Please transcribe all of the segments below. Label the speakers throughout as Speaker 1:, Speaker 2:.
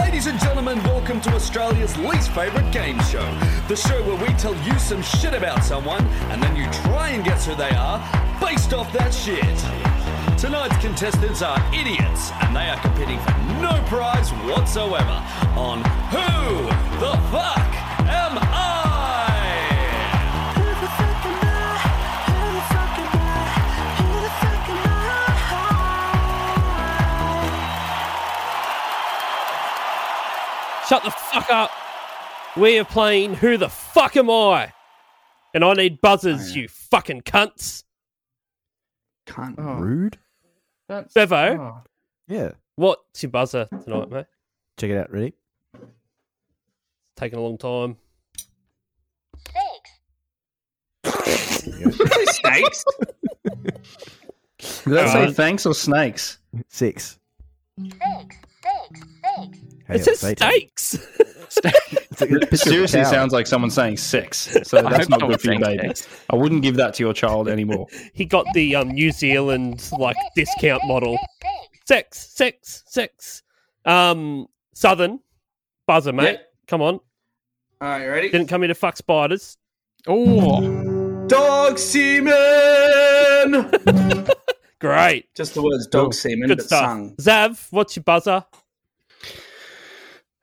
Speaker 1: Ladies and gentlemen, welcome to Australia's least favourite game show. The show where we tell you some shit about someone and then you try and guess who they are based off that shit. Tonight's contestants are idiots and they are competing for no prize whatsoever on Who the Fuck Am I?
Speaker 2: Shut the fuck up. We are playing Who the Fuck Am I? And I need
Speaker 3: Oh,
Speaker 2: buzzers, you fucking cunts.
Speaker 4: Can't
Speaker 3: Oh.
Speaker 4: rude.
Speaker 3: That's,
Speaker 2: Bevo?
Speaker 3: oh.
Speaker 4: Yeah.
Speaker 2: What's your buzzer tonight, mate?
Speaker 4: Check it out. Ready?
Speaker 2: It's taking a long time.
Speaker 4: Snakes.
Speaker 3: Did that say
Speaker 2: Alright.
Speaker 3: thanks or snakes?
Speaker 4: Six. Hey,
Speaker 2: it says
Speaker 4: mate.
Speaker 2: stakes.
Speaker 4: It's like a picture of a
Speaker 3: Seriously
Speaker 4: cow.
Speaker 3: sounds like someone saying six. So that's not good for you, baby. I wouldn't give that to your child anymore.
Speaker 2: he got the um, New Zealand like discount model. Six, six, six. Um, Southern buzzer, mate.
Speaker 5: Yep.
Speaker 2: Come on.
Speaker 5: All right, ready?
Speaker 2: Didn't come here to fuck spiders.
Speaker 5: Oh, dog semen.
Speaker 2: Great.
Speaker 5: Just the words dog
Speaker 2: Cool.
Speaker 5: semen,
Speaker 2: Good
Speaker 5: but
Speaker 2: stuff.
Speaker 5: sung.
Speaker 2: Zav, what's your buzzer?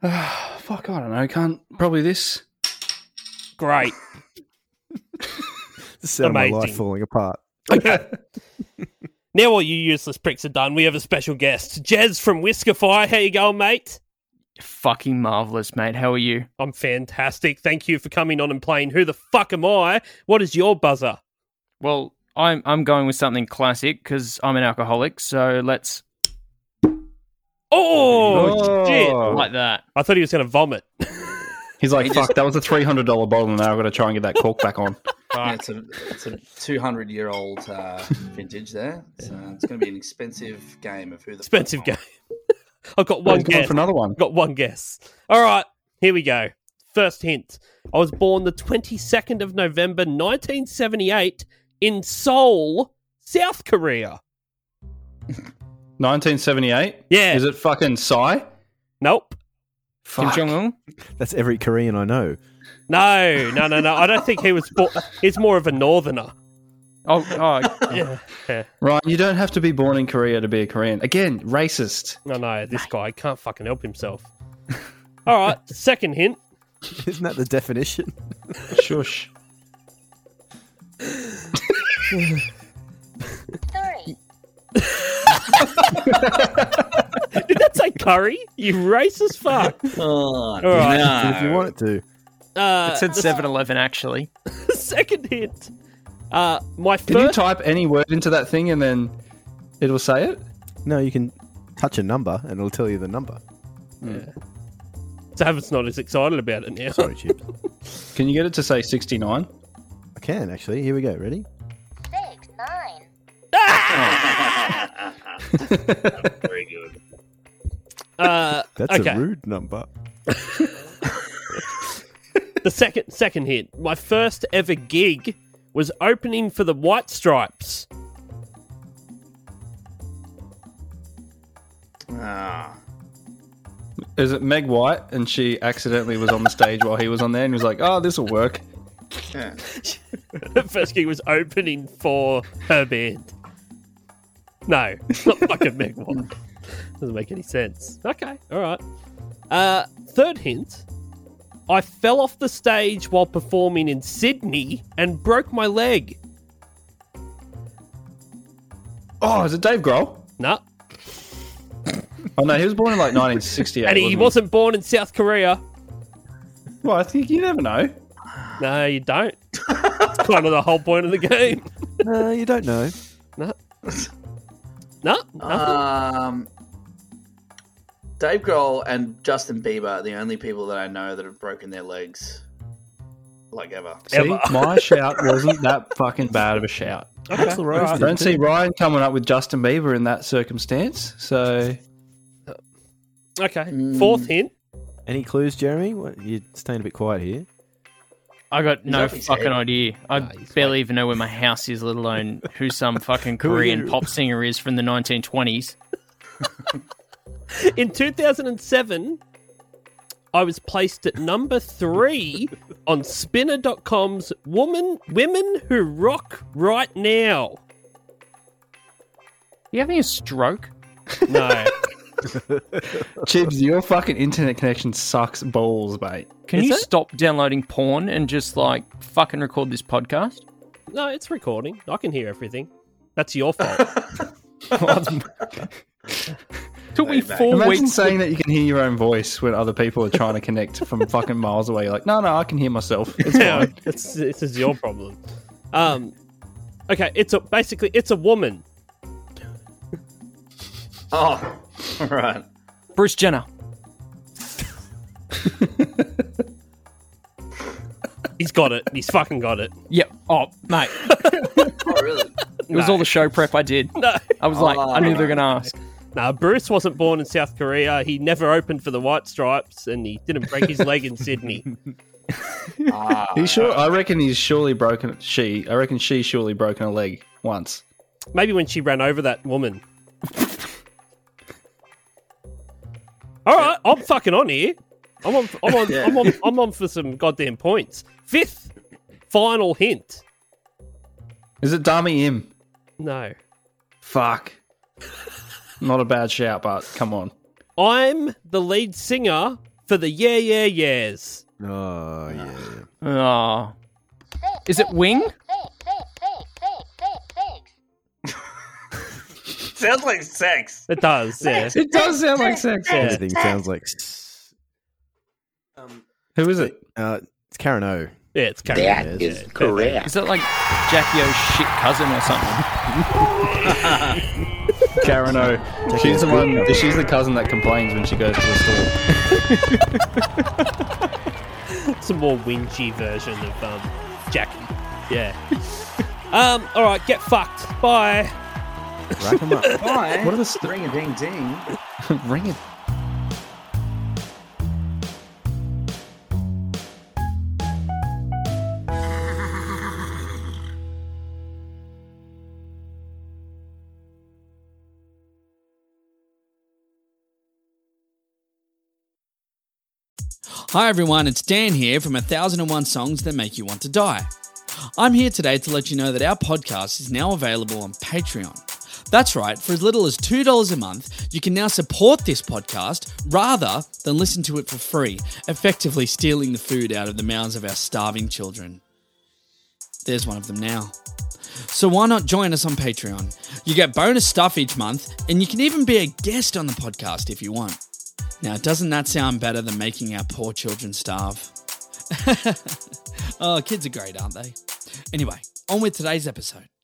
Speaker 3: Oh, Fuck, I don't know. Can't probably this.
Speaker 2: Great.
Speaker 4: This sound of my life
Speaker 2: amazing.
Speaker 4: falling apart.
Speaker 2: Now all you useless pricks are done, we have a special guest. Jez from Whiskerfire. How you going, mate?
Speaker 6: Fucking marvelous, mate. How are you?
Speaker 2: I'm fantastic. Thank you for coming on and playing Who the Fuck Am I? What is your buzzer?
Speaker 6: Well, I'm I'm going with something classic because I'm an alcoholic. So let's
Speaker 2: Oh, shit.
Speaker 6: like that.
Speaker 2: I thought he was going to vomit.
Speaker 3: He's like,
Speaker 5: He
Speaker 3: fuck,
Speaker 5: just-
Speaker 3: that was a three hundred dollar bottle, and now I've got to try and get that cork back on.
Speaker 5: Yeah, it's a it's a two hundred year old uh, vintage there. So it's going to be an expensive game of who the
Speaker 2: Expensive game. I've got
Speaker 3: Oh,
Speaker 2: one
Speaker 3: He's going
Speaker 2: guess.
Speaker 3: for another one.
Speaker 2: I've got one guess. All right, here we go. First hint. I was born the 22nd of November 1978 in Seoul, South Korea.
Speaker 3: Nineteen seventy eight.
Speaker 2: Yeah.
Speaker 3: Is it fucking Psy?
Speaker 2: Nope.
Speaker 6: Kim
Speaker 3: Fuck.
Speaker 6: Jong Un.
Speaker 4: That's every Korean I know.
Speaker 2: No, no, no, no. I don't think he was born. He's more of a northerner.
Speaker 6: Oh, oh
Speaker 2: Yeah. yeah.
Speaker 3: Right, you don't have to be born in Korea to be a Korean. Again, racist.
Speaker 2: No, no, this guy can't fucking help himself. All right, second hint.
Speaker 4: Isn't that the definition?
Speaker 3: Shush.
Speaker 2: Did that say curry? You racist fuck.
Speaker 5: Oh,
Speaker 2: All right.
Speaker 4: If you want it to.
Speaker 2: Uh,
Speaker 6: it said 7-Eleven actually.
Speaker 2: the second hint. Uh, my
Speaker 3: Can you
Speaker 2: first.
Speaker 3: type any word into that thing and then it'll say it?
Speaker 4: No, you can touch a number and it'll tell you the number.
Speaker 2: Sav's not as excited about it now.
Speaker 4: Sorry, Chip.
Speaker 3: Can you get it to say 69?
Speaker 4: I can actually. Here we go. Ready?
Speaker 2: Uh,
Speaker 4: That's
Speaker 2: Okay.
Speaker 4: a rude number.
Speaker 2: the second second hint. My first ever gig was opening for the White Stripes.
Speaker 5: Ah.
Speaker 3: Is it Meg White and she accidentally was on the stage while he was on there and he was like, oh, this will work?
Speaker 5: Yeah.
Speaker 2: Her first gig was opening for her band. No, it's not fucking Meg White. Doesn't make any sense. Okay, all right. Uh, third hint. I fell off the stage while performing in Sydney and broke my leg.
Speaker 3: Oh, is it Dave Grohl?
Speaker 2: No,
Speaker 3: Oh, no, he was born in like 1968.
Speaker 2: and he
Speaker 3: wasn't
Speaker 2: wasn't born in South Korea.
Speaker 3: Well, I think you never know.
Speaker 2: No, you don't. It's kind of the whole point of the game.
Speaker 4: No, Uh, you don't know.
Speaker 2: No, nothing.
Speaker 5: Um, Dave Grohl and Justin Bieber are the only people that I know that have broken their legs, like ever.
Speaker 3: See,
Speaker 2: Ever.
Speaker 3: my shout wasn't that fucking bad of a shout.
Speaker 4: That's all right.
Speaker 3: I don't see Ryan coming up with Justin Bieber in that circumstance. So,
Speaker 2: okay. Fourth hint.
Speaker 4: Any clues, Jeremy? What, you're staying a bit quiet here.
Speaker 6: I got no
Speaker 5: up his
Speaker 6: fucking
Speaker 5: head.
Speaker 6: idea. I barely even know where my house is, let alone who some fucking Korean pop singer is from the 1920s.
Speaker 2: In 2007, I was placed at number three on spinner.com's Woman Women Who Rock Right Now.
Speaker 6: You having a stroke?
Speaker 2: No.
Speaker 3: Chibs, your fucking internet connection sucks balls, mate.
Speaker 6: Can
Speaker 2: Is
Speaker 6: you
Speaker 2: it?
Speaker 6: stop downloading porn and just like fucking record this podcast?
Speaker 2: No, it's recording. I can hear everything. That's your fault.
Speaker 6: Took me
Speaker 5: Very
Speaker 6: four
Speaker 3: Imagine
Speaker 6: weeks.
Speaker 3: saying that you can hear your own voice when other people are trying to connect from fucking miles away. You're like, no, no, I can hear myself. It's
Speaker 2: Yeah,
Speaker 3: fine.
Speaker 2: it's, this is your problem. Um, okay, it's a basically it's a woman.
Speaker 5: Oh, all right.
Speaker 6: Bruce Jenner.
Speaker 2: He's got it. He's fucking got it.
Speaker 6: Yep. Oh, mate.
Speaker 5: Oh, really?
Speaker 6: It was all the show prep I did.
Speaker 2: No,
Speaker 6: I was like,
Speaker 5: Oh,
Speaker 6: I knew they were going to ask.
Speaker 2: no. Bruce wasn't born in South Korea. He never opened for the White Stripes, and he didn't break his leg in Sydney.
Speaker 5: Ah,
Speaker 3: He's sure. I reckon he's surely broken. She. I reckon she surely broken a leg once.
Speaker 2: Maybe when she ran over that woman. All right, I'm fucking on here. I'm on. I'm on. I'm on. I'm on for some goddamn points. Fifth, final hint.
Speaker 3: Is it Dami Im?
Speaker 2: No,
Speaker 3: Fuck. Not a bad shout, but come on.
Speaker 2: I'm the lead singer for the Yeah Yeah Yeahs.
Speaker 4: Oh, yeah.
Speaker 6: Oh. Is it Wing?
Speaker 5: sounds like sex.
Speaker 2: It does. Yeah.
Speaker 3: It does sound like sex.
Speaker 2: Yeah.
Speaker 4: Everything sounds like.
Speaker 3: Who is it?
Speaker 4: Uh, it's Karen O.
Speaker 2: Yeah, it's Karen. That is correct.
Speaker 6: Is it like Jackie O's shit cousin or something?
Speaker 3: Karen O. She's the one. She's the cousin that complains when she goes to the store.
Speaker 2: It's a more wingy version of um, Jackie. Yeah. um. All right. Get fucked. Bye.
Speaker 4: Rack 'em up.
Speaker 5: Why?
Speaker 3: What are the st-
Speaker 5: Ring a ding ding.
Speaker 3: Ring it.
Speaker 7: Hi everyone, it's Dan here from 1001 Songs That Make You Want to Die. I'm here today to let you know that our podcast is now available on Patreon. That's right, for as little as $2 a month, you can now support this podcast rather than listen to it for free, effectively stealing the food out of the mouths of our starving children. There's one of them now. So why not join us on Patreon? You get bonus stuff each month, and you can even be a guest on the podcast if you want. Now, doesn't that sound better than making our poor children starve? oh, kids are great, aren't they? Anyway, on with today's episode.